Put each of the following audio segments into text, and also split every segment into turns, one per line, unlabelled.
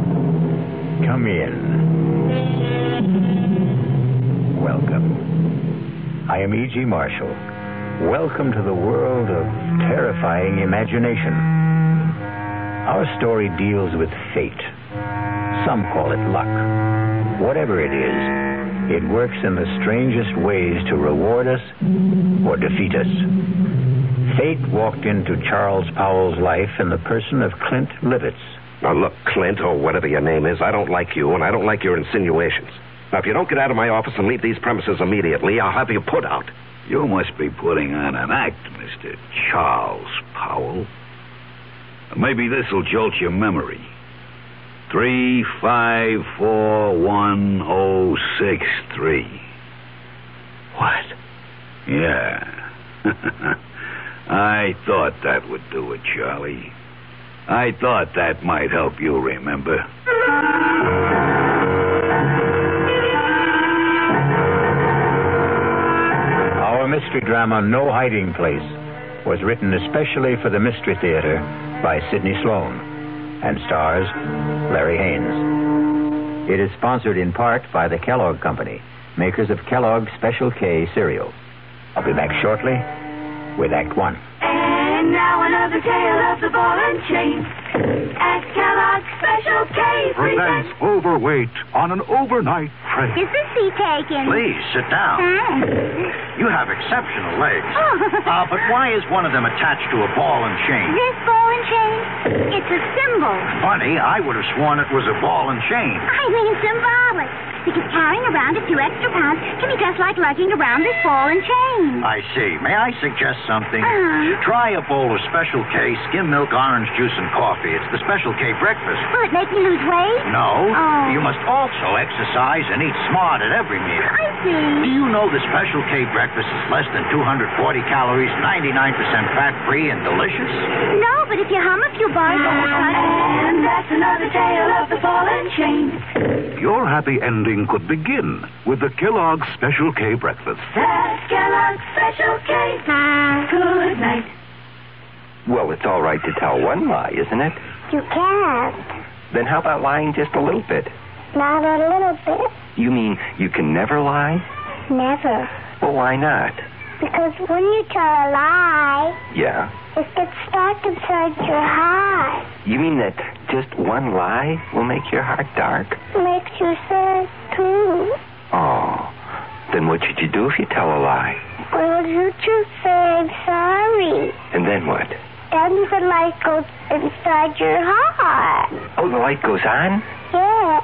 Come in. Welcome. I am E.G. Marshall. Welcome to the world of terrifying imagination. Our story deals with fate. Some call it luck. Whatever it is, it works in the strangest ways to reward us or defeat us. Fate walked into Charles Powell's life in the person of Clint Livitz.
Now, look, Clint, or whatever your name is, I don't like you, and I don't like your insinuations. Now, if you don't get out of my office and leave these premises immediately, I'll have you put out.
You must be putting on an act, Mr. Charles Powell. Maybe this'll jolt your memory. Three five four one oh six three.
What?
Yeah. I thought that would do it, Charlie. I thought that might help you remember.
Our mystery drama, No Hiding Place, was written especially for the Mystery Theater by Sidney Sloan and stars Larry Haynes. It is sponsored in part by the Kellogg Company, makers of Kellogg's Special K cereal. I'll be back shortly with Act One.
And now another tale of the ball and chain. At Kellogg's Special K presents.
overweight on an overnight trip.
Is this seat taken?
Please sit down.
Hmm?
You have exceptional legs. uh, but why is one of them attached to a ball and chain?
This ball and chain? It's a symbol.
Funny, I would have sworn it was a ball and chain.
I mean symbolic. Because carrying around a few extra pounds can be just like lugging around this ball and chain.
I see. May I suggest something?
Uh-huh.
Try a bowl of Special K skim milk, orange juice, and coffee. It's the Special K breakfast.
Will it make me lose weight?
No.
Oh.
You must also exercise and eat smart at every meal.
I
Do
see.
you know the Special K breakfast is less than 240 calories, 99% fat free, and delicious?
No, but if you hum a few bars over
And that's another tale of the ball and chain.
Your happy ending could begin with the Kellogg's Special K breakfast.
That's Kellogg's Special K.
Ah.
Good night.
Well, it's all right to tell one lie, isn't it?
You can't.
Then how about lying just a little bit?
Not a little bit.
You mean you can never lie?
Never.
Well, why not?
Because when you tell a lie,
Yeah.
it gets stuck inside your heart.
You mean that just one lie will make your heart dark?
Makes you sad, too.
Oh. Then what should you do if you tell a lie?
Well, you just say I'm sorry.
And then what?
Then the light goes inside your heart.
Oh, the light goes on?
Yeah.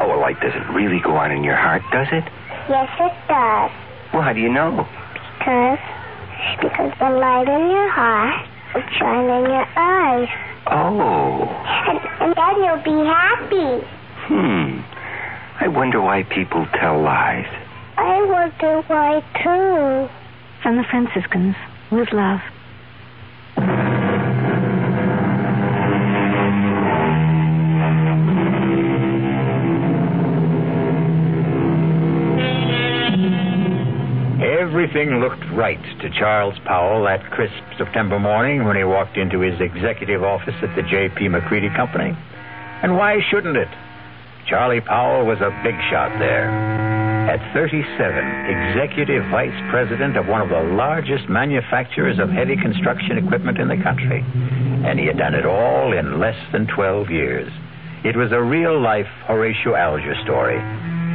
Oh, a light doesn't really go on in your heart, does it?
Yes, it does.
Well, how do you know?
Because, because the light in your heart will shine in your eyes.
Oh.
And, and then you'll be happy.
Hmm. I wonder why people tell lies.
I wonder why, too.
From the Franciscans, with love.
Everything looked right to Charles Powell that crisp September morning when he walked into his executive office at the J.P. McCready Company. And why shouldn't it? Charlie Powell was a big shot there. At 37, executive vice president of one of the largest manufacturers of heavy construction equipment in the country. And he had done it all in less than 12 years. It was a real life Horatio Alger story,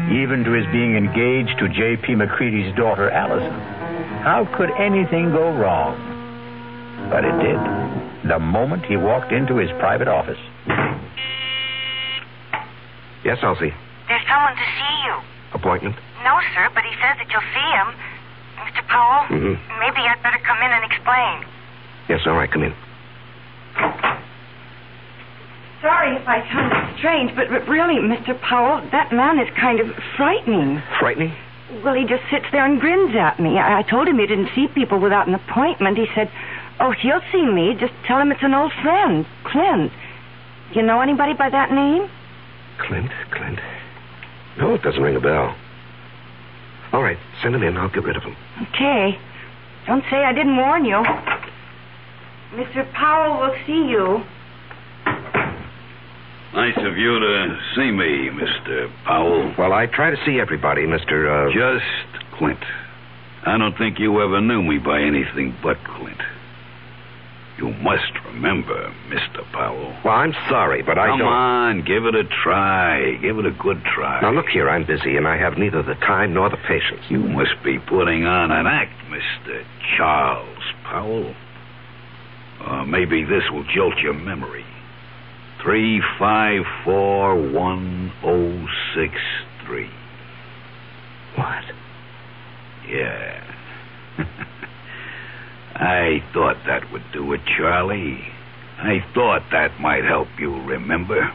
even to his being engaged to J.P. McCready's daughter, Allison. How could anything go wrong? But it did. The moment he walked into his private office.
Yes, Elsie.
There's someone to see you.
Appointment?
No, sir, but he says that you'll see him. Mr. Powell,
Mhm.
maybe I'd better come in and explain.
Yes, all right, come in.
Sorry if I sound strange, but, but really, Mr. Powell, that man is kind of frightening.
Frightening?
Well, he just sits there and grins at me. I, I told him he didn't see people without an appointment. He said, Oh, he'll see me. Just tell him it's an old friend, Clint. You know anybody by that name?
Clint? Clint? No, it doesn't ring a bell. All right, send him in. I'll get rid of him.
Okay. Don't say I didn't warn you. Mr. Powell will see you.
Nice of you to see me, Mr. Powell.
Well, I try to see everybody, Mr. Uh...
Just Clint. I don't think you ever knew me by anything but Clint. You must remember, Mr. Powell.
Well, I'm sorry, but I
Come
don't-
on, give it a try. Give it a good try.
Now, look here, I'm busy, and I have neither the time nor the patience.
You must be putting on an act, Mr. Charles Powell. Uh, maybe this will jolt your memory. Three five four one oh six three.
What?
Yeah. I thought that would do it, Charlie. I thought that might help you remember.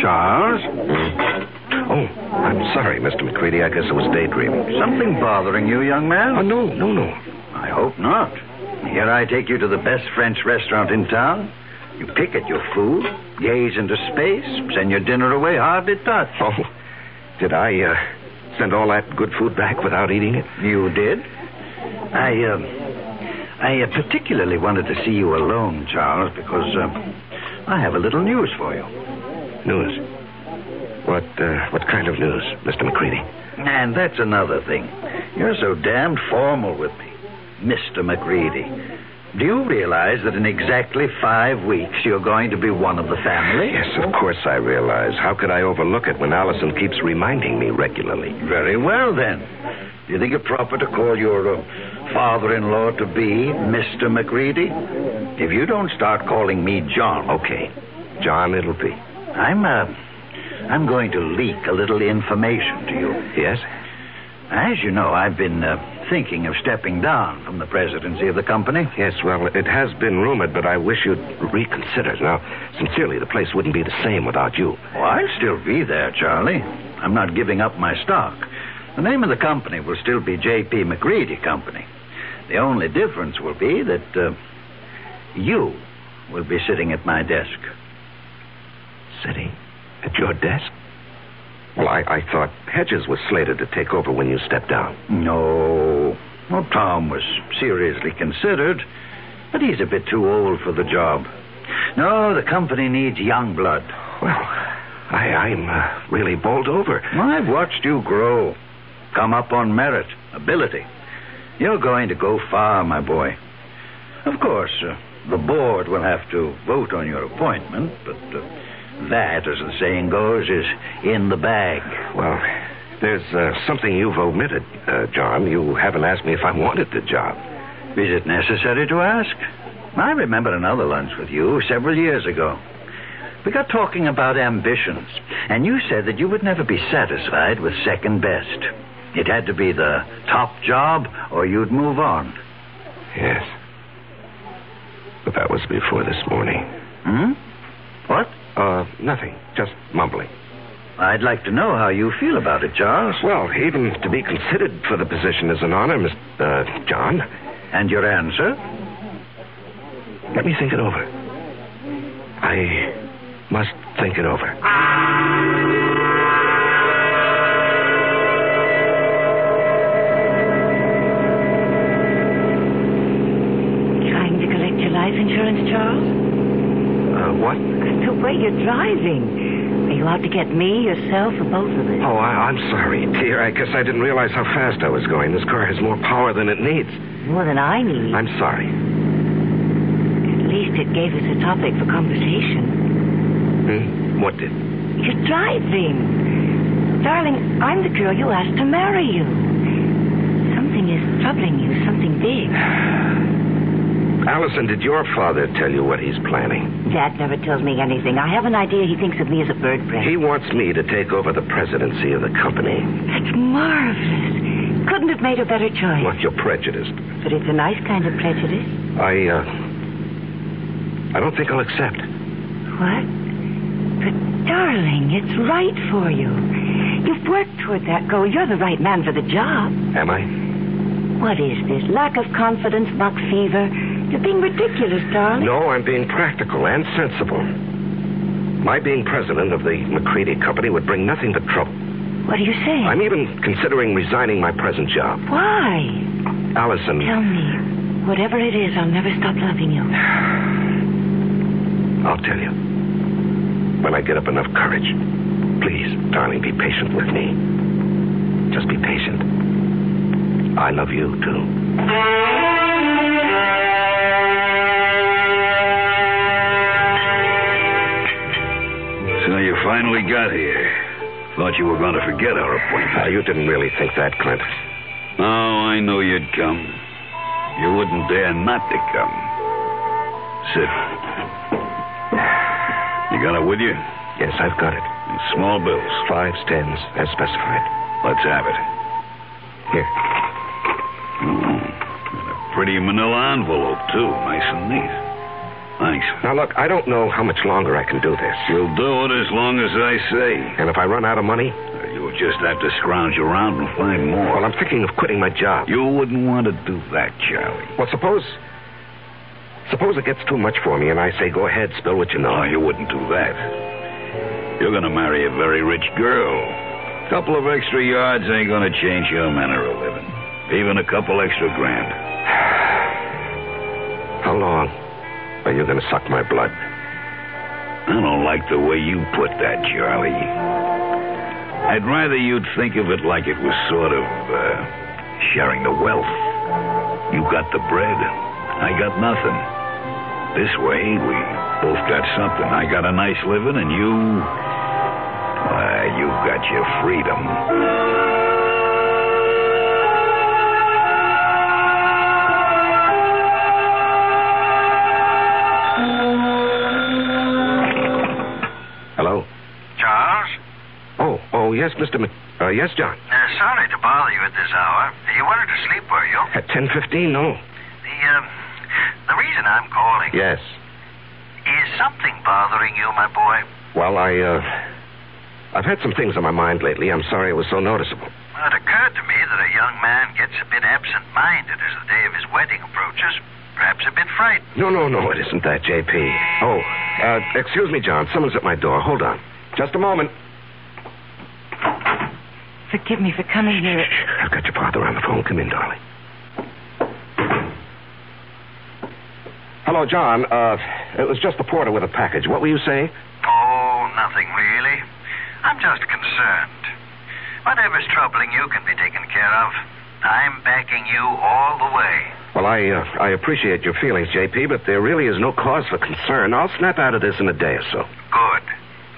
Charles? Oh, I'm sorry, Mr. McCready. I guess I was daydreaming.
Something bothering you, young man? Oh,
no, no, no.
I hope not. Here I take you to the best French restaurant in town. You pick at your food, gaze into space, send your dinner away hardly touched.
Oh, did I uh, send all that good food back without eating it?
You did? I, uh, I uh, particularly wanted to see you alone, Charles, because uh, I have a little news for you.
News? What, uh, what kind of news, Mr. McCready?
And that's another thing. You're so damned formal with me, Mr. McCready. Do you realize that in exactly five weeks you're going to be one of the family?
Yes, of course I realize. How could I overlook it when Allison keeps reminding me regularly?
Very well, then. Do you think it proper to call your uh, father-in-law to be Mr. McCready? If you don't start calling me John, okay,
John, it'll be.
I'm uh, I'm going to leak a little information to you.
Yes?
As you know, I've been uh, thinking of stepping down from the presidency of the company.
Yes, well, it has been rumored, but I wish you'd reconsider. Now, sincerely, the place wouldn't be the same without you.
Well, Oh, I'll still be there, Charlie. I'm not giving up my stock. The name of the company will still be J.P. McCready Company. The only difference will be that uh, you will be sitting at my desk.
Sitting at your desk? Well, I, I thought Hedges was slated to take over when you stepped down.
No. Well, Tom was seriously considered, but he's a bit too old for the job. No, the company needs young blood.
Well, I, I'm uh, really bowled over.
I've watched you grow, come up on merit, ability. You're going to go far, my boy. Of course, uh, the board will have to vote on your appointment, but uh, that, as the saying goes, is in the bag.
Well, there's uh, something you've omitted, uh, John. You haven't asked me if I wanted the job.
Is it necessary to ask? I remember another lunch with you several years ago. We got talking about ambitions, and you said that you would never be satisfied with second best. It had to be the top job, or you'd move on.
Yes. But that was before this morning.
Hmm? What?
Uh, nothing. Just mumbling.
I'd like to know how you feel about it, Charles.
Well, even to be considered for the position is an honor, Mr. Uh, John.
And your answer?
Let me think it over. I must think it over.
Trying to collect your life insurance, Charles?
Uh, what?
The way you're driving. Are you out to get me, yourself, or both of us?
Oh, I, I'm sorry, dear. I guess I didn't realize how fast I was going. This car has more power than it needs.
More than I need.
I'm sorry.
At least it gave us a topic for conversation.
Hmm? What did?
You're driving. Darling, I'm the girl you asked to marry you. Something is troubling you, something big.
Allison, did your father tell you what he's planning?
Dad never tells me anything. I have an idea he thinks of me as a bird brain.
He wants me to take over the presidency of the company.
That's marvelous. Couldn't have made a better choice.
Look, you're prejudiced.
But it's a nice kind of prejudice.
I, uh. I don't think I'll accept.
What? But, darling, it's right for you. You've worked toward that goal. You're the right man for the job.
Am I?
What is this? Lack of confidence, buck fever? You're being ridiculous, darling.
No, I'm being practical and sensible. My being president of the McCready Company would bring nothing but trouble.
What are you saying?
I'm even considering resigning my present job.
Why?
Allison,
Tell me. Whatever it is, I'll never stop loving you.
I'll tell you. When I get up enough courage. Please, darling, be patient with me. Just be patient. I love you, too.
So you finally got here. Thought you were going to forget our appointment.
Ah, you didn't really think that, Clint.
No, Oh, I knew you'd come. You wouldn't dare not to come. Sit. You got it with you?
Yes, I've got it.
Small bills.
Fives, tens, as specified.
Let's have it.
Here.
Oh, Pretty manila envelope, too. Nice and neat. Thanks.
Now, look, I don't know how much longer I can do this.
You'll do it as long as I say.
And if I run out of money?
You'll just have to scrounge around and find more.
Well, I'm thinking of quitting my job.
You wouldn't want to do that, Charlie.
Well, suppose. Suppose it gets too much for me and I say, go ahead, spill what you know.
No, you wouldn't do that. You're going to marry a very rich girl. A couple of extra yards ain't going to change your manner of living. Even a couple extra grand.
How long are you going to suck my blood?
I don't like the way you put that, Charlie. I'd rather you'd think of it like it was sort of uh, sharing the wealth. You got the bread, I got nothing. This way, we both got something. I got a nice living, and you. Why, you got your freedom.
Hello?
Charles?
Oh, oh, yes, Mr. Mc... Uh, yes, John.
Uh, sorry to bother you at this hour. You wanted to sleep, were you?
At 10.15, no.
The, um, the reason I'm calling
Yes.
is something bothering you, my boy.
Well, I, uh... I've had some things on my mind lately. I'm sorry it was so noticeable.
Well, it occurred to me that a young man gets a bit absent-minded as the day of his wedding approaches. Perhaps a bit frightened.
No, no, no, it isn't that, J.P. Oh, uh, excuse me, John. Someone's at my door. Hold on. Just a moment.
Forgive me for coming here.
I've got your father on the phone. Come in, darling. Hello, John. Uh, it was just the porter with a package. What were you saying?
Oh, nothing really. I'm just concerned. Whatever's troubling you can be taken care of. I'm backing you all the way.
Well, I uh, I appreciate your feelings, J.P., but there really is no cause for concern. I'll snap out of this in a day or so.
Good.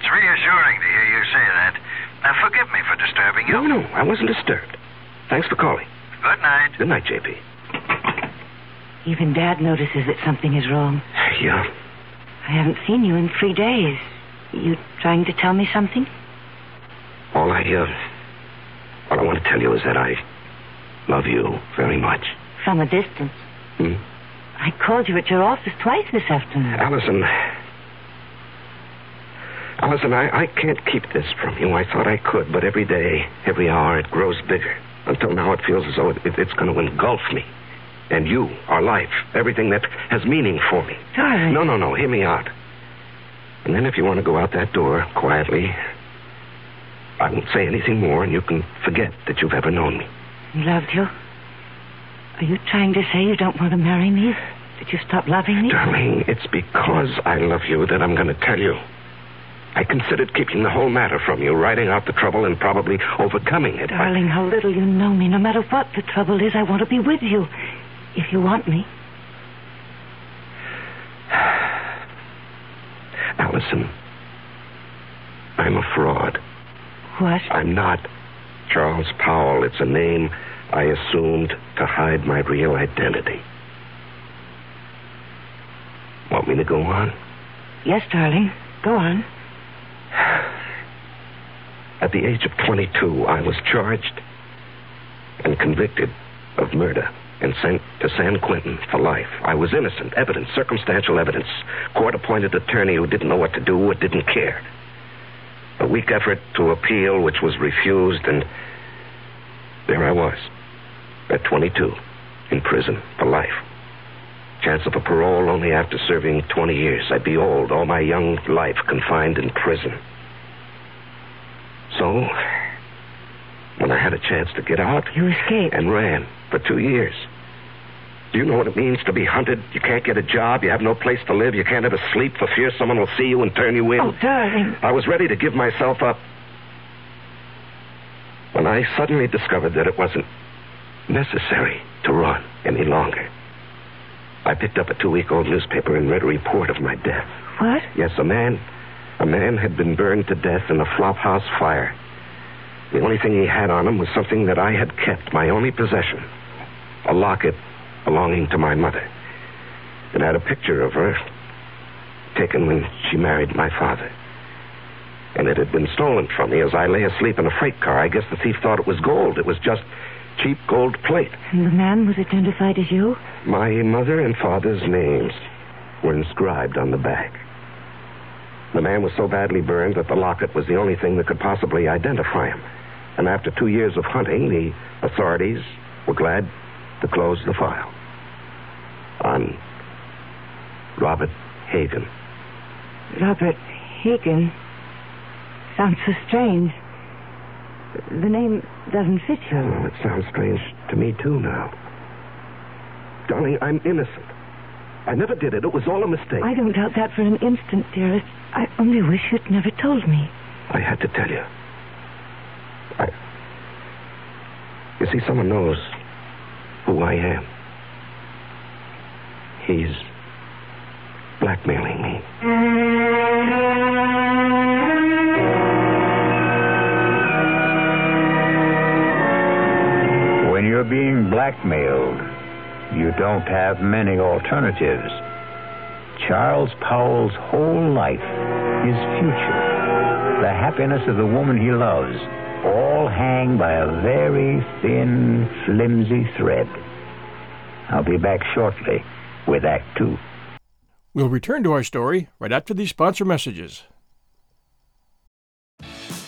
It's reassuring to hear you say that. Now, forgive me for disturbing you.
No, no, I wasn't disturbed. Thanks for calling.
Good night.
Good night, J.P.
Even Dad notices that something is wrong.
Yeah.
I haven't seen you in three days. You trying to tell me something?
All I uh, all I want to tell you is that I love you very much.
From a distance.
Hmm?
I called you at your office twice this afternoon.
Allison. Allison, I, I can't keep this from you. I thought I could, but every day, every hour, it grows bigger. Until now, it feels as though it, it- it's going to engulf me. And you, our life, everything that has meaning for me.
Darling.
No, no, no, hear me out. And then if you want to go out that door quietly, I won't say anything more, and you can forget that you've ever known me.
Loved you. Are you trying to say you don't want to marry me? That you stop loving me?
Darling, it's because I love you that I'm going to tell you. I considered keeping the whole matter from you, writing out the trouble and probably overcoming it. by-
Darling, how little you know me. No matter what the trouble is, I want to be with you. If you want me.
Allison, I'm a fraud.
What?
I'm not Charles Powell. It's a name I assumed to hide my real identity. want me to go on?
Yes, darling. Go on.
At the age of 22, I was charged and convicted of murder and sent to San Quentin for life. I was innocent. Evidence, circumstantial evidence. Court appointed attorney who didn't know what to do or didn't care. A weak effort to appeal, which was refused, and there I was, at 22, in prison for life. Chance of a parole only after serving 20 years. I'd be old, all my young life confined in prison. So, when I had a chance to get out,
you escaped
and ran for two years. Do you know what it means to be hunted? You can't get a job. You have no place to live. You can't ever sleep for fear someone will see you and turn you in.
Oh, darling.
I was ready to give myself up. When I suddenly discovered that it wasn't necessary to run any longer, I picked up a two week old newspaper and read a report of my death.
What?
Yes, a man. A man had been burned to death in a flophouse fire. The only thing he had on him was something that I had kept, my only possession a locket belonging to my mother. It had a picture of her taken when she married my father. And it had been stolen from me as I lay asleep in a freight car. I guess the thief thought it was gold. It was just cheap gold plate.
And the man was identified as you?
My mother and father's names were inscribed on the back. The man was so badly burned that the locket was the only thing that could possibly identify him. And after two years of hunting, the authorities were glad to close the file on Robert Hagen.
Robert Hagen? Sounds so strange. The name doesn't fit you.
Oh, it sounds strange to me, too, now. Darling, I'm innocent. I never did it. It was all a mistake.
I don't doubt that for an instant, dearest. I only wish you'd never told me.
I had to tell you. I. You see, someone knows who I am. He's blackmailing me.
When you're being blackmailed, you don't have many alternatives. Charles Powell's whole life, his future, the happiness of the woman he loves, all hang by a very thin, flimsy thread. I'll be back shortly with Act Two.
We'll return to our story right after these sponsor messages.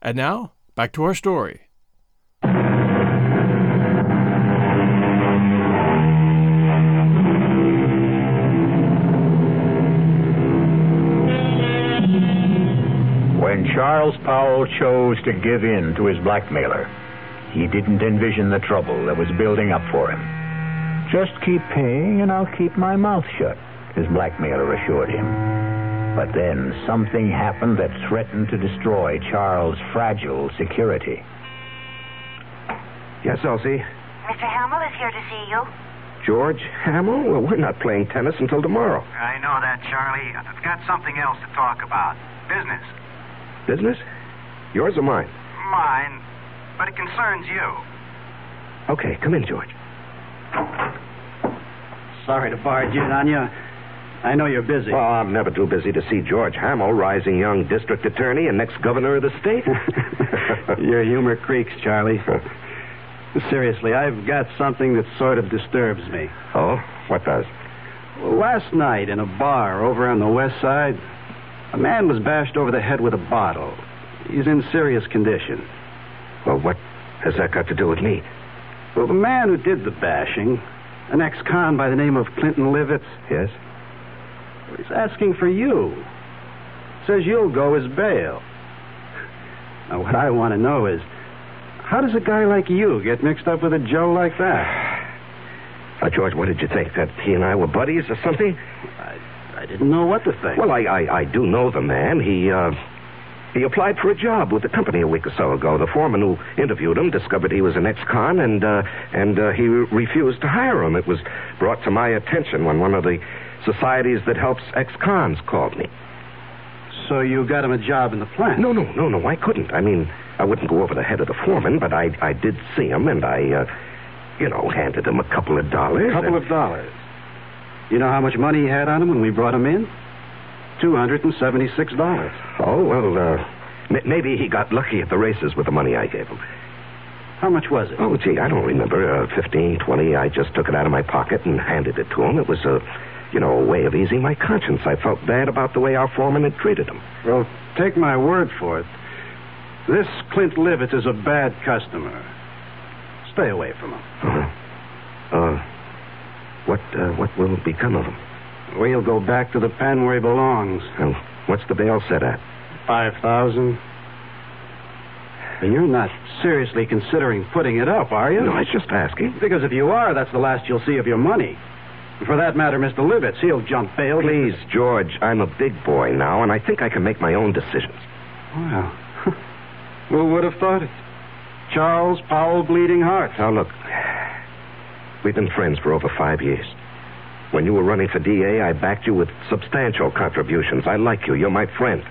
And now, back to our story.
When Charles Powell chose to give in to his blackmailer, he didn't envision the trouble that was building up for him. Just keep paying and I'll keep my mouth shut, his blackmailer assured him. But then something happened that threatened to destroy Charles' fragile security.
Yes, Elsie.
Mr. Hamill is here to see you.
George Hamill? Well, we're not playing tennis until tomorrow.
I know that, Charlie. I've got something else to talk about. Business.
Business? Yours or mine?
Mine, but it concerns you.
Okay, come in, George.
Sorry to barge in on you. I know you're busy.
Well, I'm never too busy to see George Hamill, rising young district attorney and next governor of the state.
Your humor creaks, Charlie. Seriously, I've got something that sort of disturbs me.
Oh? What does?
Last night in a bar over on the west side, a man was bashed over the head with a bottle. He's in serious condition.
Well, what has that got to do with me?
Well, the man who did the bashing, an ex con by the name of Clinton Livitz.
Yes?
He's asking for you. Says you'll go as bail. Now, what I want to know is how does a guy like you get mixed up with a Joe like that?
Uh, Now, George, what did you think? That he and I were buddies or something?
I, I
I didn't.
Know what to think.
Well, I, I, I do know the man. He, uh, he applied for a job with the company a week or so ago. The foreman who interviewed him discovered he was an ex-con, and uh, and uh, he re- refused to hire him. It was brought to my attention when one of the societies that helps ex-cons called me.
So you got him a job in the plant?
No, no, no, no. I couldn't. I mean, I wouldn't go over the head of the foreman, but I I did see him, and I, uh, you know, handed him a couple of dollars.
A couple
and-
of dollars. You know how much money he had on him when we brought him in? $276.
Oh, well, uh, m- maybe he got lucky at the races with the money I gave him.
How much was it?
Oh, gee, I don't remember. Uh, 15, 20. I just took it out of my pocket and handed it to him. It was a, you know, a way of easing my conscience. I felt bad about the way our foreman had treated him.
Well, take my word for it. This Clint Livett is a bad customer. Stay away from him.
Uh, what, uh, what will become of him?
We'll go back to the pen where he belongs.
And what's the bail set at?
Five thousand. You're not seriously considering putting it up, are you?
No, I was just asking.
Because if you are, that's the last you'll see of your money. And For that matter, Mr. Livitz, he'll jump bail.
Please, George, I'm a big boy now, and I think I can make my own decisions.
Well, who would have thought it? Charles Powell Bleeding Heart.
Now, look, we've been friends for over five years. When you were running for DA, I backed you with substantial contributions. I like you. You're my friend.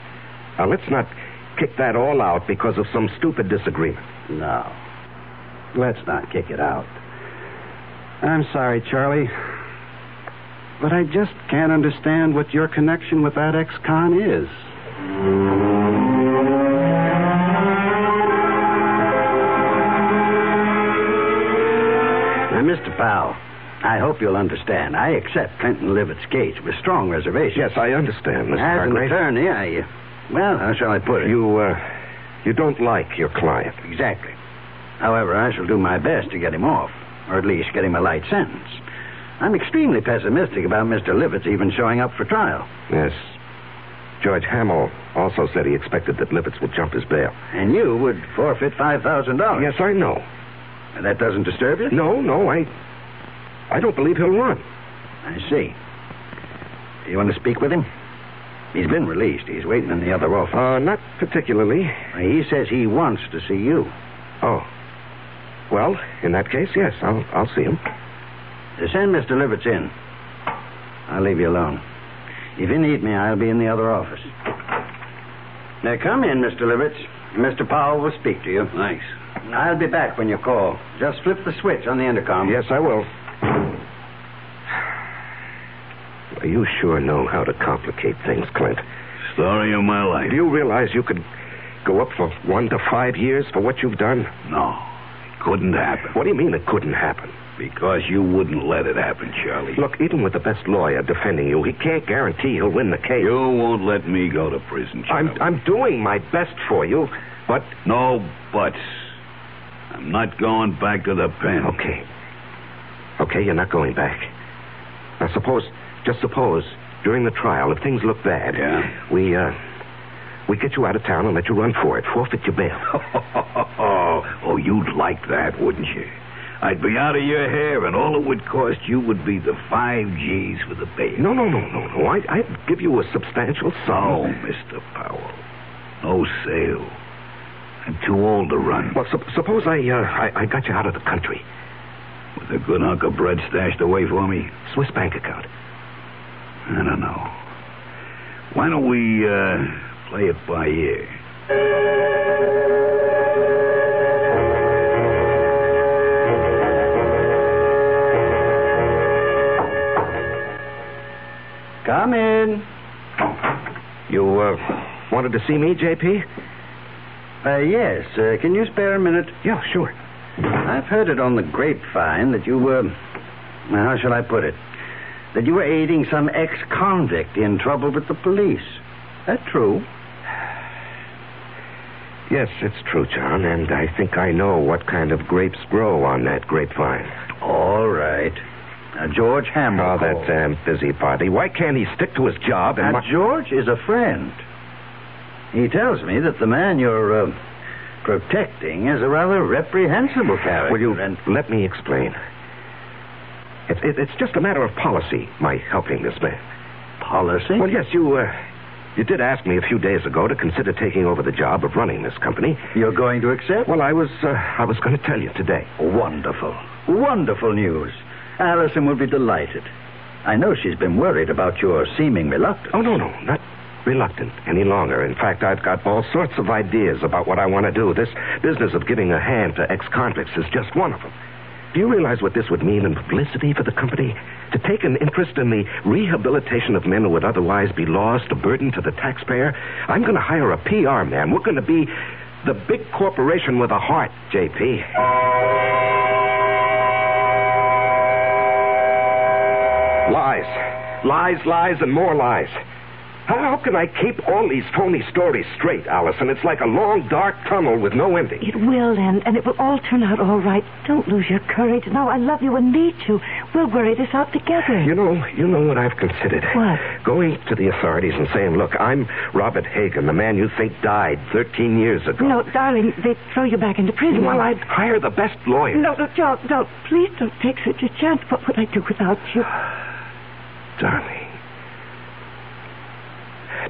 Now, let's not kick that all out because of some stupid disagreement.
No. Let's not kick it out. I'm sorry, Charlie. But I just can't understand what your connection with that ex con is.
Now, Mr. Powell, I hope you'll understand. I accept Clinton Livett's case with strong reservations.
Yes, I understand,
As
Mr.
an
Hargrave.
attorney, I. uh, Well, how shall I put it?
You, uh, you don't like your client.
Exactly. However, I shall do my best to get him off, or at least get him a light sentence. I'm extremely pessimistic about Mr. Livett's even showing up for trial.
Yes. George Hamill also said he expected that Lippitz would jump his bail.
And you would forfeit $5,000.
Yes, I know.
And that doesn't disturb you?
No, no, I. I don't believe he'll run.
I see. You want to speak with him? He's been released. He's waiting in the other office.
Uh, not particularly.
He says he wants to see you.
Oh. Well, in that case, yes, I'll, I'll see him.
Uh, Send Mr. Liverts in. I'll leave you alone. If you need me, I'll be in the other office. Now, come in, Mr. Liverts. Mr. Powell will speak to you.
Thanks.
I'll be back when you call. Just flip the switch on the intercom.
Yes, I will. You sure know how to complicate things, Clint.
Story of my life.
Do you realize you could go up for one to five years for what you've done?
No, it couldn't happen.
What do you mean it couldn't happen?
Because you wouldn't let it happen, Charlie.
Look, even with the best lawyer defending you, he can't guarantee he'll win the case.
You won't let me go to prison,
I'm,
Charlie.
I'm doing my best for you, but.
No buts. I'm not going back to the pen.
Okay. Okay, you're not going back. Now, suppose, just suppose, during the trial, if things look bad,
Yeah.
we, uh, we get you out of town and let you run for it, forfeit your bail.
oh, you'd like that, wouldn't you? I'd be out of your hair, and all it would cost you would be the five G's for the bail.
No, no, no, no, no. I, I'd give you a substantial
Oh,
No,
sum.
Mr. Powell. No sale. I'm too old to run.
Well, sup- suppose I, uh, I, I got you out of the country.
With a good hunk of bread stashed away for me,
Swiss bank account.
I don't know. Why don't we uh, play it by ear?
Come in.
You, uh, wanted to see me, J.P.?
Uh, yes. Uh, can you spare a minute?
Yeah, sure.
I've heard it on the grapevine that you were. well, How shall I put it? That you were aiding some ex convict in trouble with the police. That true?
Yes, it's true, John, and I think I know what kind of grapes grow on that grapevine.
All right. Now, George Hamill.
Oh,
called.
that damn busybody. Why can't he stick to his job and
Now,
my-
George is a friend. He tells me that the man you're uh, protecting is a rather reprehensible character.
Will you
and-
let me explain? It's, it, it's just a matter of policy, my helping this man. policy? Well, yes, you, uh, you did ask me a few days ago to consider taking over the job of running this company. You're going to accept? Well, I was, uh, I was going to tell you today.
Wonderful. Wonderful news. Allison will be delighted. I know she's been worried about your seeming reluctance.
Oh, no, no, not reluctant any longer. In fact, I've got all sorts of ideas about what I want to do. This business of giving a hand to ex-convicts is just one of them. Do you realize what this would mean in publicity for the company? To take an interest in the rehabilitation of men who would otherwise be lost, a burden to the taxpayer? I'm going to hire a PR man. We're going to be the big corporation with a heart, J.P. Lies. Lies, lies, and more lies. How can I keep all these phony stories straight, Allison? It's like a long, dark tunnel with no ending.
It will end, and it will all turn out all right. Don't lose your courage. No, I love you and need you. We'll worry this out together.
You know, you know what I've considered.
What?
Going to the authorities and saying, "Look, I'm Robert Hagan, the man you think died 13 years ago."
No, darling, they throw you back into prison.
Well, I'd hire the best lawyer.
No, no, don't, don't. Please don't take such a chance. What would I do without you?
darling.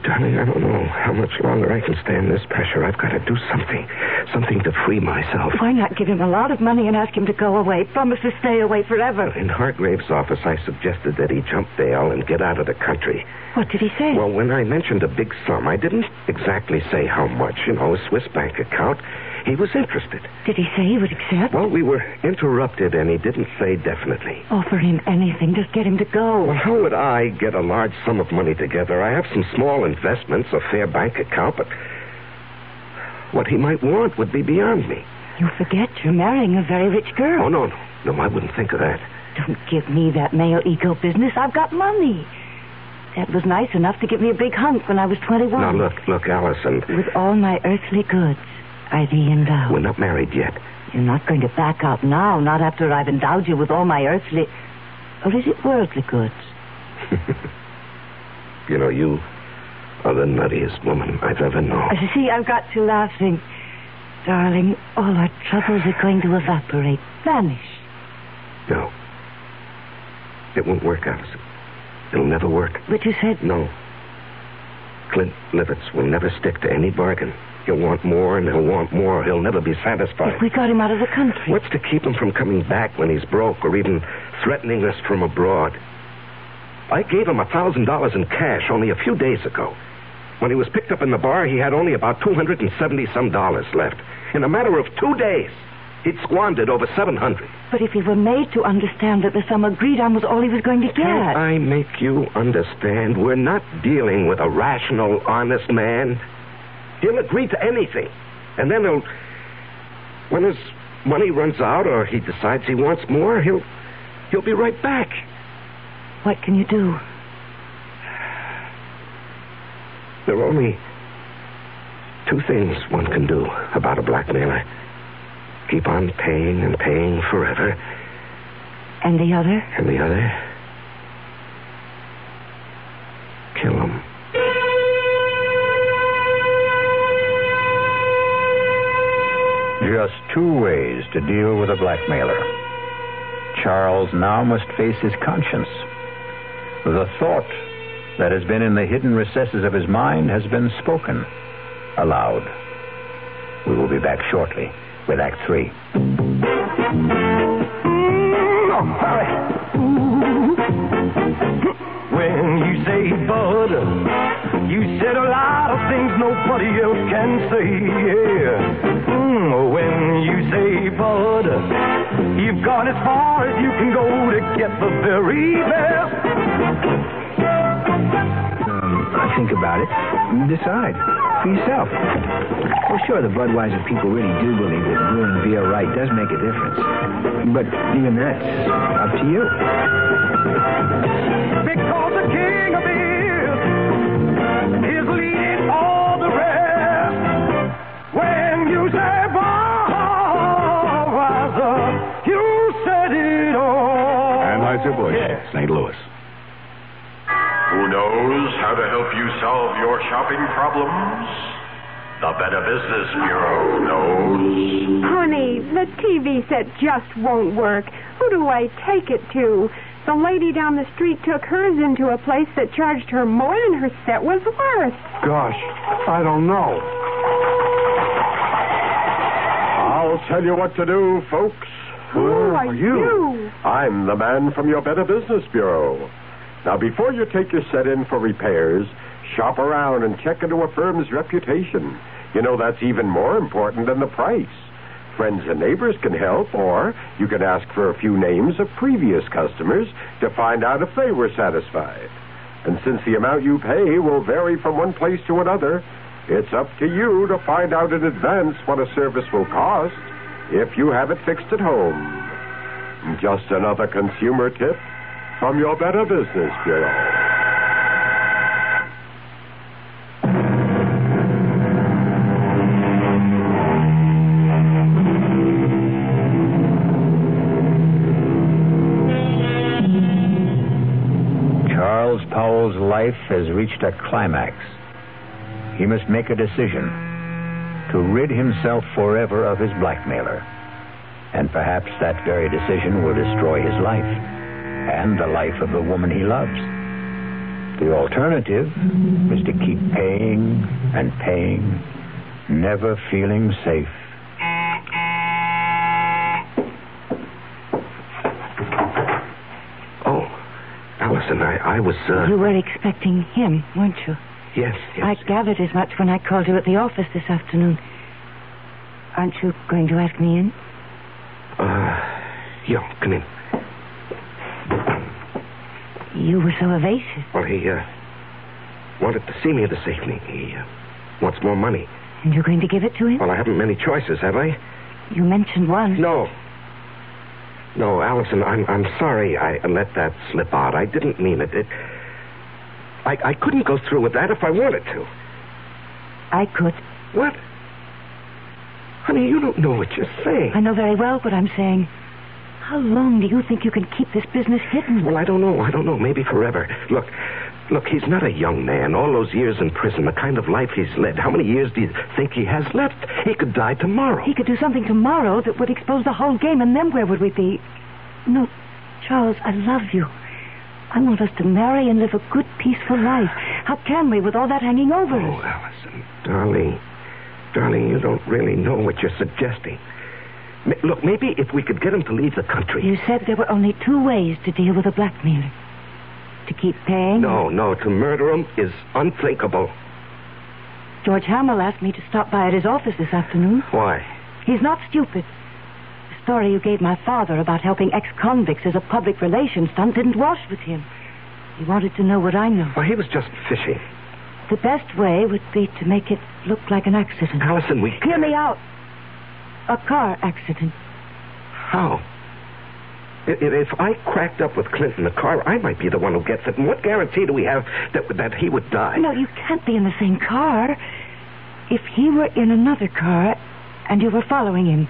Darling, I don't know how much longer I can stand this pressure. I've got to do something, something to free myself.
Why not give him a lot of money and ask him to go away? Promise to stay away forever.
In Hargrave's office, I suggested that he jump bail and get out of the country.
What did he say?
Well, when I mentioned a big sum, I didn't exactly say how much, you know, a Swiss bank account. He was interested.
Did he say he would accept?
Well, we were interrupted, and he didn't say definitely.
Offer him anything. Just get him to go.
Well, how would I get a large sum of money together? I have some small investments, a fair bank account, but what he might want would be beyond me.
You forget you're marrying a very rich girl.
Oh, no, no. No, I wouldn't think of that.
Don't give me that male ego business. I've got money. That was nice enough to give me a big hunk when I was 21.
Now, look, look, Allison.
With all my earthly goods, I thee endow.
We're not married yet.
You're not going to back out now, not after I've endowed you with all my earthly. Or is it worldly goods?
You know, you are the nuttiest woman I've ever known.
Uh, See, I've got you laughing. Darling, all our troubles are going to evaporate, vanish.
No. It won't work, Allison. It'll never work.
But you said.
No. Clint Livitz will never stick to any bargain. He'll want more and he'll want more. He'll never be satisfied.
If we got him out of the country.
What's to keep him from coming back when he's broke or even threatening us from abroad? I gave him a $1,000 in cash only a few days ago. When he was picked up in the bar, he had only about 270 some dollars left. In a matter of two days, he'd squandered over 700.
But if he were made to understand that the sum agreed on was all he was going to
Can't
get.
I make you understand? We're not dealing with a rational, honest man. He'll agree to anything. And then he'll. When his money runs out or he decides he wants more, he'll. He'll be right back.
What can you do?
There are only two things one can do about a blackmailer keep on paying and paying forever,
And the other?
and the other. kill him.
Just two ways to deal with a blackmailer. Charles now must face his conscience. The thought that has been in the hidden recesses of his mind has been spoken aloud. We will be back shortly with Act Three.
When you say butter, you said a lot of things nobody else can say. Yeah. Mm, when you say butter, you've gone as far as you can go to get the very best.
Think about it. and Decide for yourself. Well, sure, the Budweiser people really do believe that brewing beer right does make a difference. But even that's up to you.
Because the king of beer is leading all the rest. When you say Budweiser, you said it all.
Anheuser-Busch, St. Louis.
Who knows how to help you solve your shopping problems? The Better Business Bureau knows.
Honey, the TV set just won't work. Who do I take it to?
The lady down the street took hers into a place that charged her more than her set was worth.
Gosh, I don't know.
I'll tell you what to do, folks.
Who are you?
I'm the man from your Better Business Bureau. Now, before you take your set in for repairs, shop around and check into a firm's reputation. You know, that's even more important than the price. Friends and neighbors can help, or you can ask for a few names of previous customers to find out if they were satisfied. And since the amount you pay will vary from one place to another, it's up to you to find out in advance what a service will cost if you have it fixed at home. Just another consumer tip from your Better Business Bureau.
Charles Powell's life has reached a climax. He must make a decision to rid himself forever of his blackmailer. And perhaps that very decision will destroy his life and the life of the woman he loves. The alternative is to keep paying and paying, never feeling safe.
Oh, Allison, I, I was. Uh...
You were expecting him, weren't you?
Yes, yes.
I gathered as much when I called you at the office this afternoon. Aren't you going to ask me in?
Uh, yeah, come in.
You were so evasive.
Well, he uh, wanted to see me this evening. He uh, wants more money.
And you're going to give it to him?
Well, I haven't many choices, have I?
Hmm? You mentioned one.
No. No, Allison, I'm, I'm sorry I let that slip out. I didn't mean it. it I, I couldn't go through with that if I wanted to.
I could.
What? Honey, you don't know what you're saying.
I know very well what I'm saying. How long do you think you can keep this business hidden?
Well, I don't know. I don't know. Maybe forever. Look, look, he's not a young man. All those years in prison, the kind of life he's led. How many years do you think he has left? He could die tomorrow.
He could do something tomorrow that would expose the whole game, and then where would we be? No, Charles, I love you. I want us to marry and live a good, peaceful life. How can we with all that hanging over
Oh,
us?
Allison, darling. Darling, you don't really know what you're suggesting. M- look, maybe if we could get him to leave the country.
You said there were only two ways to deal with a blackmailer to keep paying.
No, no, to murder him is unthinkable.
George Hamill asked me to stop by at his office this afternoon.
Why?
He's not stupid. The story you gave my father about helping ex convicts as a public relations stunt didn't wash with him. He wanted to know what I know.
Well, he was just fishing.
The best way would be to make it look like an accident.
Allison, we.
Hear me out. A car accident.
How? I- i- If I cracked up with Clint in the car, I might be the one who gets it. And what guarantee do we have that, that he would die?
No, you can't be in the same car. If he were in another car and you were following him,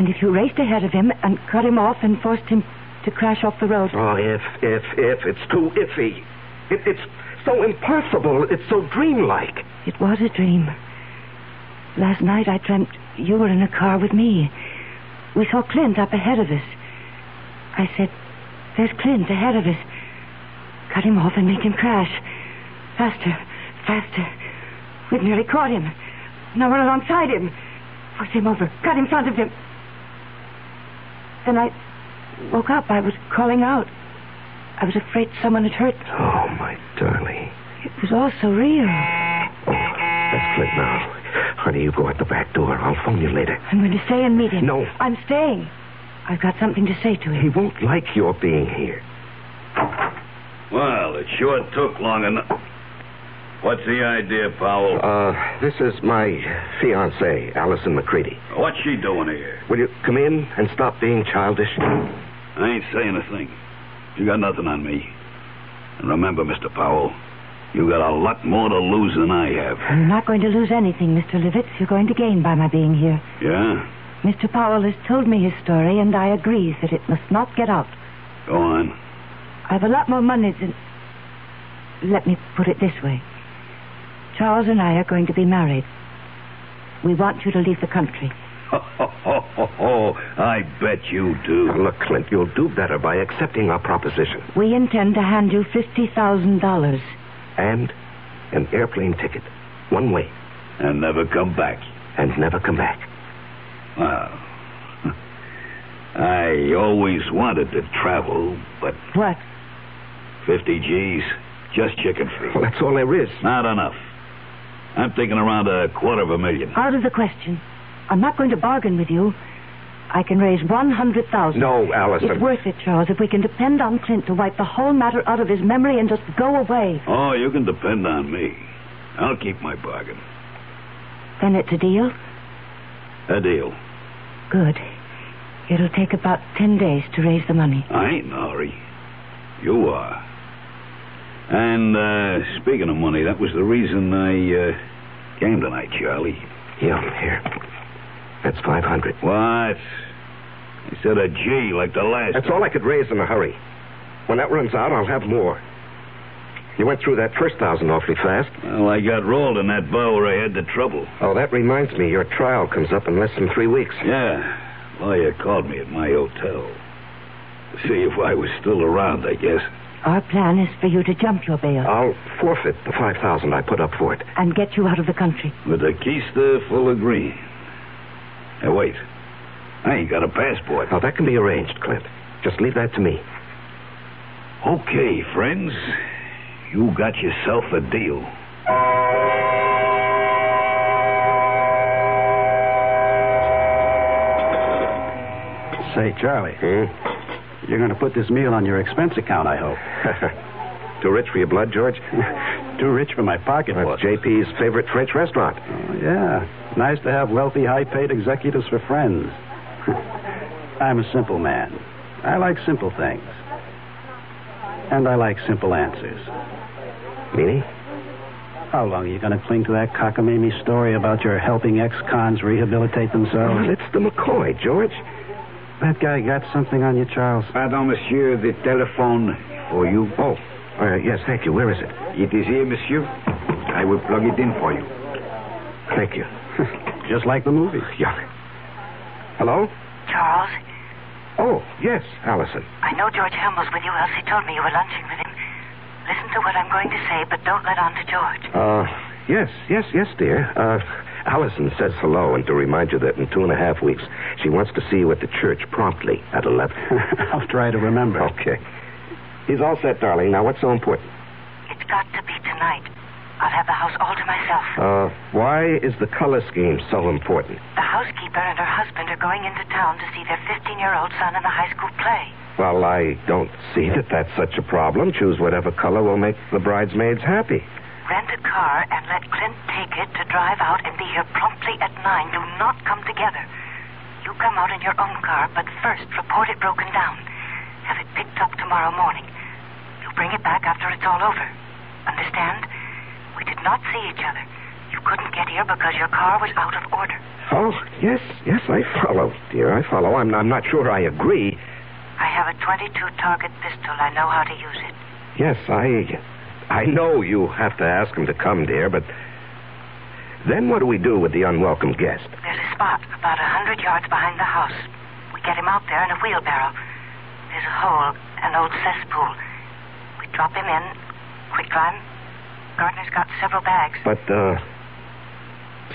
and if you raced ahead of him and cut him off and forced him to crash off the road.
Oh, if, if, if. It's too iffy. It, it's so impossible. It's so dreamlike.
It was a dream. Last night I dreamt you were in a car with me. We saw Clint up ahead of us. I said, There's Clint ahead of us. Cut him off and make him crash. Faster, faster. We've nearly caught him. Now we're alongside him. Force him over. Cut in front of him. Then I woke up. I was calling out. I was afraid someone had hurt me.
Oh, my darling.
It was all so real.
That's Clint now. Honey, you go out the back door. I'll phone you later.
I'm going to stay and meet him.
No.
I'm staying. I've got something to say to him.
He won't like your being here.
Well, it sure took long enough. What's the idea, Powell?
Uh, this is my fiancée, Allison McCready.
What's she doing here?
Will you come in and stop being childish?
I ain't saying a thing. You got nothing on me. And remember, Mr. Powell, you got a lot more to lose than I have.
You're not going to lose anything, Mr. Livitz. You're going to gain by my being here.
Yeah?
Mr. Powell has told me his story, and I agree that it must not get out.
Go on.
I've a lot more money than. Let me put it this way Charles and I are going to be married. We want you to leave the country.
Oh, I bet you do.
look, Clint, you'll do better by accepting our proposition.
We intend to hand you $50,000.
And an airplane ticket. One way.
And never come back.
And never come back.
Well, I always wanted to travel, but
What?
50 G's, just chicken feed.
Well, that's all there is.
Not enough. I'm thinking around a quarter of a million.
Out of the question. I'm not going to bargain with you. I can raise 100000
No, Allison.
It's worth it, Charles, if we can depend on Clint to wipe the whole matter out of his memory and just go away.
Oh, you can depend on me. I'll keep my bargain.
Then it's a deal?
A deal.
Good. It'll take about ten days to raise the money.
I ain't in a hurry. You are. And uh, speaking of money, that was the reason I uh, came tonight, Charlie.
Here, here. That's 500.
What? I said a G like the last.
That's all I could raise in a hurry. When that runs out, I'll have more. You went through that first thousand awfully fast.
Well, I got rolled in that bar where I had the trouble.
Oh, that reminds me, your trial comes up in less than three weeks.
Yeah. Lawyer called me at my hotel. to See if I was still around, I guess.
Our plan is for you to jump your bail
I'll forfeit the 5000 I put up for it.
and get you out of the country.
With a keister full of green. Hey, wait. I ain't got a passport.
Now, that can be arranged, Clint. Just leave that to me.
Okay, friends. You got yourself a deal.
Say, Charlie. You're going to put this meal on your expense account, I hope.
Too rich for your blood, George?
Too rich for my pocket.
That's JP's favorite French restaurant.
Oh, yeah. Nice to have wealthy, high paid executives for friends. I'm a simple man. I like simple things. And I like simple answers.
Meaning?
How long are you going to cling to that cockamamie story about your helping ex cons rehabilitate
Well,
themselves?
it's the McCoy, Oh, George.
That guy got something on you, Charles.
Pardon, monsieur, the telephone for you.
Oh, uh, yes, thank you. Where is it?
It is here, monsieur. I will plug it in for you.
Thank you.
Just like the movie.
Yuck. Hello?
Charles,
Oh, yes, Allison.
I know George Helm's with you, else he told me you were lunching with him. Listen to what I'm going to say, but don't let on to George.
Uh, yes, yes, yes, dear. Uh, Allison says hello, and to remind you that in two and a half weeks, she wants to see you at the church promptly at 11.
I'll try to remember.
okay. He's all set, darling. Now, what's so important?
It's got to be tonight. I'll have the house all to myself.
Uh, why is the color scheme so important?
The housekeeper and her husband are going into town to see their 15 year old son in the high school play.
Well, I don't see that that's such a problem. Choose whatever color will make the bridesmaids happy.
Rent a car and let Clint take it to drive out and be here promptly at 9. Do not come together. You come out in your own car, but first report it broken down. Have it picked up tomorrow morning. You bring it back after it's all over. Understand? We did not see each other. You couldn't get here because your car was out of order.
Oh, yes, yes, I follow, dear. I follow. I'm, I'm not sure I agree.
I have a 22 target pistol. I know how to use it.
Yes, I. I know you have to ask him to come, dear, but. Then what do we do with the unwelcome guest?
There's a spot about a hundred yards behind the house. We get him out there in a wheelbarrow. There's a hole, an old cesspool. We drop him in. Quick climb. Gardner's got several bags.
But, uh.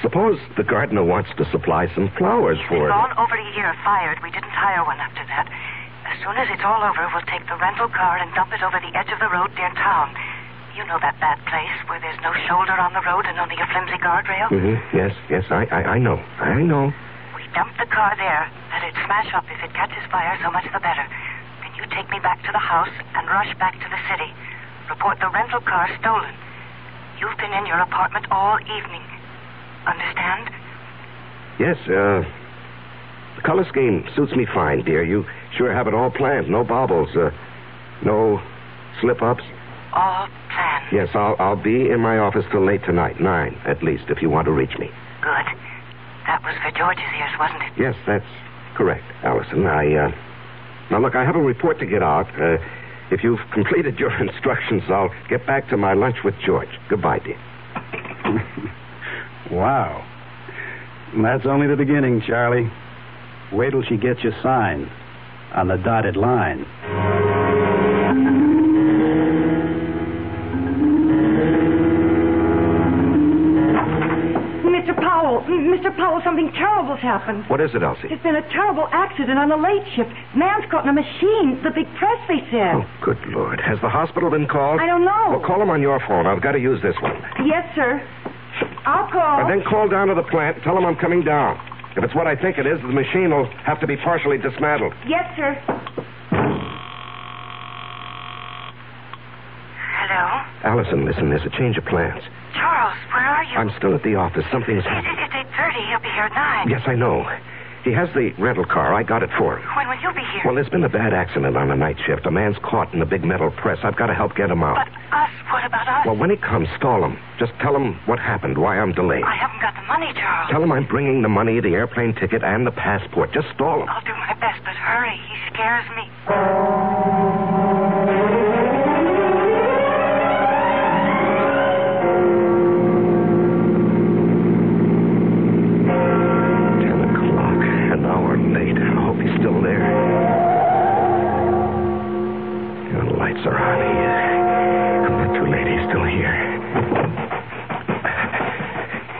Suppose the gardener wants to supply some flowers
It's
for him.
gone over a year fired. We didn't hire one after that. As soon as it's all over, we'll take the rental car and dump it over the edge of the road near town. You know that bad place where there's no shoulder on the road and only a flimsy guardrail?
Mm-hmm. Yes, yes, I, I, I know. I know.
We dump the car there. Let it smash up. If it catches fire, so much the better. Then you take me back to the house and rush back to the city. Report the rental car stolen. You've been in your apartment all evening. Understand?
Yes, uh. The color scheme suits me fine, dear. You sure have it all planned. No bobbles, uh. No slip ups.
All planned.
Yes, I'll, I'll be in my office till late tonight, nine at least, if you want to reach me.
Good. That was for George's ears, wasn't it?
Yes, that's correct, Allison. I, uh. Now, look, I have a report to get out. Uh, if you've completed your instructions, I'll get back to my lunch with George. Goodbye, dear.
Wow. And that's only the beginning, Charlie. Wait till she gets your sign on the dotted line.
Mr. Powell, m- Mr. Powell, something terrible's happened.
What is it, Elsie?
There's been a terrible accident on the late shift. Man's caught in a machine. The big press, they said.
Good Lord. Has the hospital been called?
I don't know.
Well, call them on your phone. I've got to use this one.
Yes, sir. I'll call.
And then call down to the plant and tell them I'm coming down. If it's what I think it is, the machine will have to be partially dismantled.
Yes, sir.
Hello?
Allison, listen, there's a change of plans.
Charles, where are you?
I'm still at the office. Something's
It- it- It's 8.30. He'll be here at 9.
Yes, I know. He has the rental car. I got it for him.
When will you be here?
Well, there's been a bad accident on the night shift. A man's caught in the big metal press. I've got to help get him out.
Us? What about us?
Well, when he comes, stall him. Just tell him what happened, why I'm delayed.
I haven't got the money, Charles.
Tell him I'm bringing the money, the airplane ticket, and the passport. Just stall him.
I'll do my best, but hurry. He scares me.
Ten o'clock, an hour late. I hope he's still there. The lights are on. He, I'm not too late. He's still here.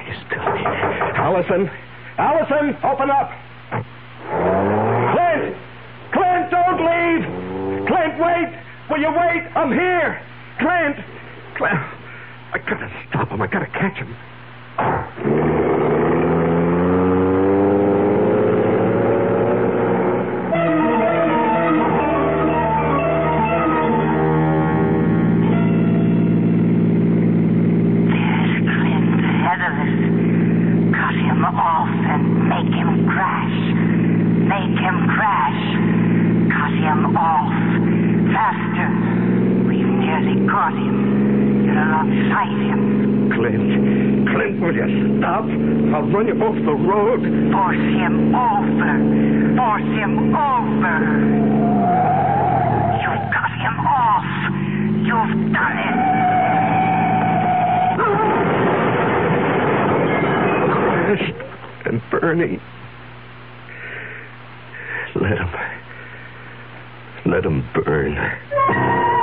He's still here. Allison! Allison! Open up!
Clint! Clint, don't leave! Clint, wait! Will you wait? I'm here! Clint!
Clint! I gotta stop him. I gotta catch him.
Ahead of us. Cut him off and make him crash. Make him crash. Cut him off. Faster. We've nearly caught him. You're alongside him.
Clint. Clint, will you stop? I'll run you off the road.
Force him over. Force him over. You've got him off. You've done it.
Crashed and burning. Let him. Let him burn.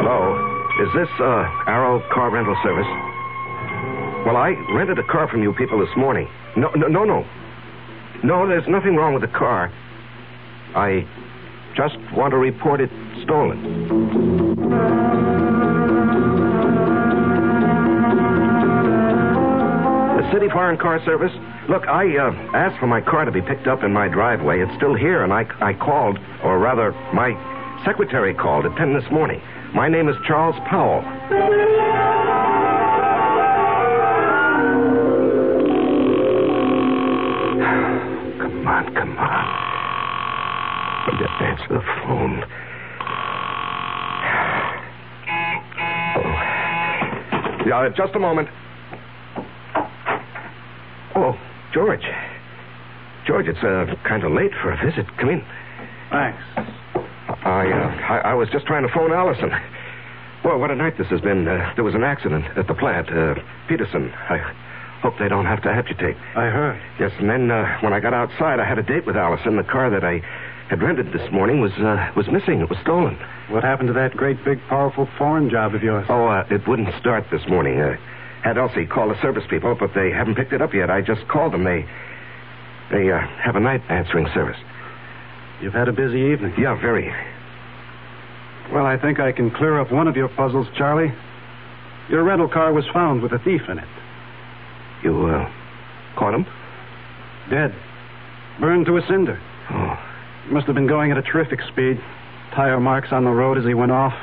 Hello? Is this, uh, Arrow Car Rental Service? Well, I rented a car from you people this morning. No, no, no, no. No, there's nothing wrong with the car. I just want to report it stolen. The City Foreign Car Service? Look, I uh, asked for my car to be picked up in my driveway. It's still here, and I, I called, or rather, my secretary called at 10 this morning. My name is Charles Powell. Come on, come on. I'll just answer the phone. Oh. Yeah, just a moment. Oh, George. George, it's uh, kind of late for a visit. Come in.
Thanks.
I, uh, I, I was just trying to phone Allison. Well, what a night this has been. Uh, there was an accident at the plant. Uh, Peterson. I hope they don't have to amputate.
I heard.
Yes, and then uh, when I got outside, I had a date with Allison. The car that I had rented this morning was uh, was missing. It was stolen.
What happened to that great, big, powerful foreign job of yours?
Oh, uh, it wouldn't start this morning. Uh, had Elsie call the service people, but they haven't picked it up yet. I just called them. They they uh, have a night answering service.
You've had a busy evening.
Yeah, very.
Well, I think I can clear up one of your puzzles, Charlie. Your rental car was found with a thief in it.
You uh, caught him?
Dead. Burned to a cinder.
Oh.
Must have been going at a terrific speed. Tire marks on the road as he went off.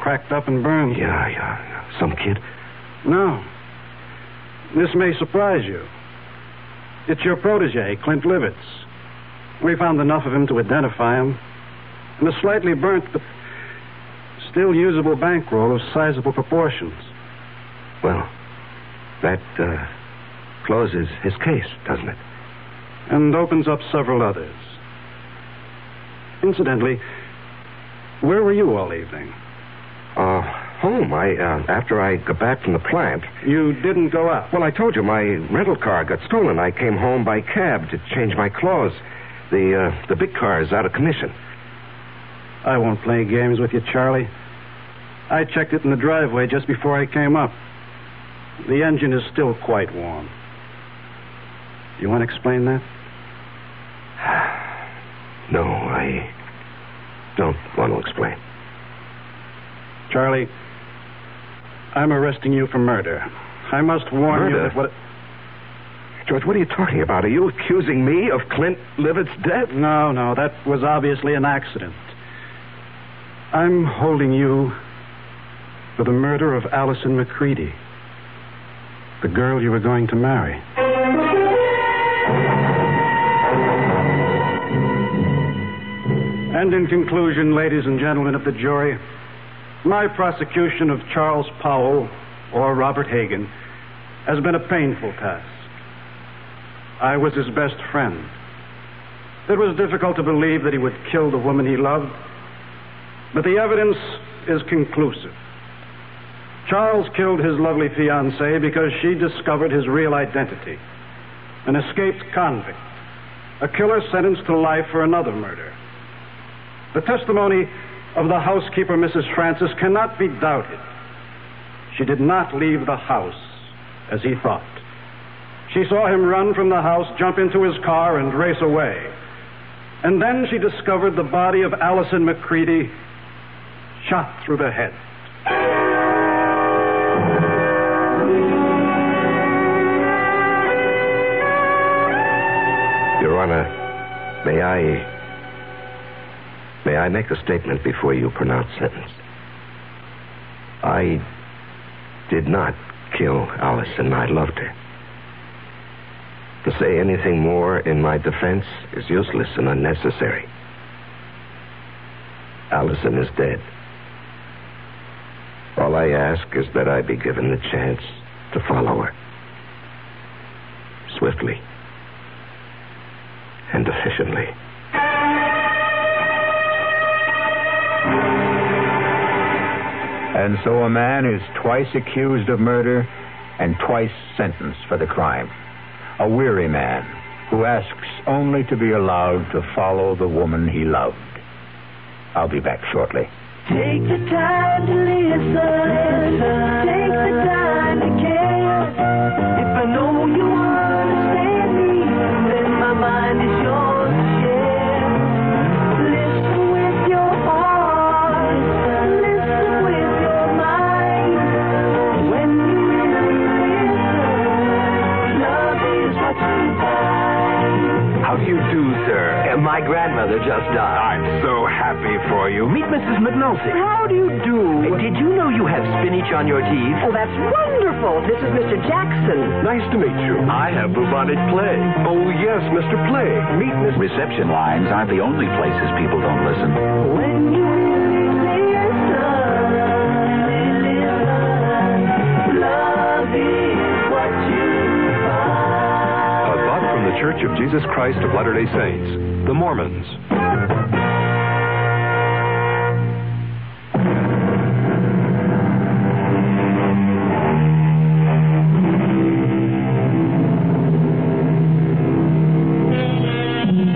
Cracked up and burned.
Oh. Yeah, yeah. Some kid.
No. This may surprise you. It's your protege, Clint Livitz. We found enough of him to identify him. And a slightly burnt but still usable bankroll of sizable proportions.
Well, that uh, closes his case, doesn't it?
and opens up several others. Incidentally, Where were you all evening?
Uh, home. I, uh, after I got back from the plant.
You didn't go out?
Well, I told you my rental car got stolen. I came home by cab to change my clothes. The, uh, the big car is out of commission.
I won't play games with you, Charlie. I checked it in the driveway just before I came up. The engine is still quite warm. You want to explain that?
No, I don't want to explain.
Charlie, I'm arresting you for murder. I must warn
Murder?
you that what.
George, what are you talking about? Are you accusing me of Clint Livett's death?
No, no, that was obviously an accident. I'm holding you for the murder of Allison McCready, the girl you were going to marry. And in conclusion, ladies and gentlemen of the jury, my prosecution of Charles Powell or Robert Hagan has been a painful task. I was his best friend. It was difficult to believe that he would kill the woman he loved, but the evidence is conclusive. Charles killed his lovely fiancee because she discovered his real identity an escaped convict, a killer sentenced to life for another murder. The testimony of the housekeeper, Mrs. Francis, cannot be doubted. She did not leave the house as he thought. She saw him run from the house, jump into his car, and race away. And then she discovered the body of Allison McCready shot through the head.
Your Honor, may I. May I make a statement before you pronounce sentence? I did not kill Allison. I loved her. To say anything more in my defense is useless and unnecessary. Allison is dead. All I ask is that I be given the chance to follow her. Swiftly and efficiently.
And so a man is twice accused of murder and twice sentenced for the crime. A weary man who asks only to be allowed to follow the woman he loved. I'll be back shortly.
Take the time to listen. Take the time to care. If I know you understand me, then my mind is yours to share. Listen with your heart. Listen with your mind. When you really listen, love is what you find.
How do you do, sir? My grandmother just died. I'm so happy for you. Meet Mrs. McNulty. How do you do? Did you know you have spinach on your teeth?
Oh, that's wonderful. This is Mr. Jackson.
Nice to meet you. I have bubonic plague. Oh, yes, Mr. Plague. Meet Miss. Reception lines aren't the only places people don't listen.
When you really listen, listen, love is what you
A thought from the Church of Jesus Christ of Latter day Saints, the Mormons.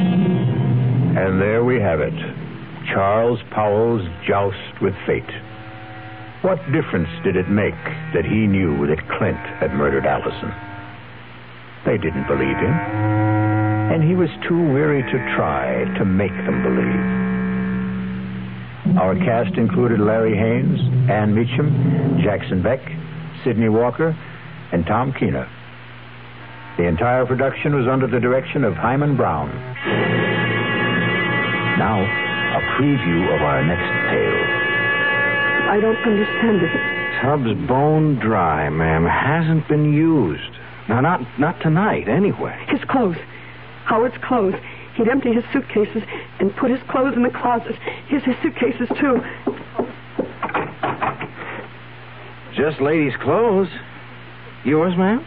And there we have it Charles Powell's joust with fate. What difference did it make that he knew that Clint had murdered Allison? They didn't believe him, and he was too weary to try to make them believe. Our cast included Larry Haynes, Ann Meacham, Jackson Beck, Sidney Walker, and Tom Keener. The entire production was under the direction of Hyman Brown. Now, a preview of our next tale.
I don't understand it.
Tub's bone dry, ma'am, hasn't been used. Now, not not tonight, anyway.
His clothes. Howard's clothes. He'd empty his suitcases and put his clothes in the closet. Here's his suitcases, too.
Just ladies' clothes. Yours, ma'am?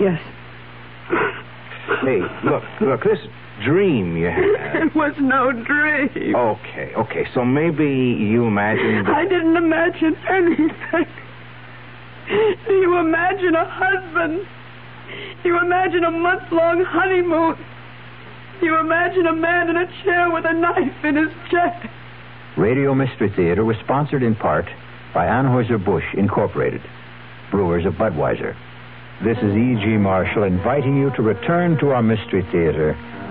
Yes.
Hey, look, look, this
dream you had.
it was no dream.
okay, okay. So maybe you imagined.
I didn't imagine anything. Do you imagine a husband? Do you imagine a month long honeymoon? Do you imagine a man in a chair with a knife in his chest?
Radio Mystery Theater was sponsored in part by Anheuser-Busch Incorporated, brewers of Budweiser. This is E.G. Marshall inviting you to return to our Mystery Theater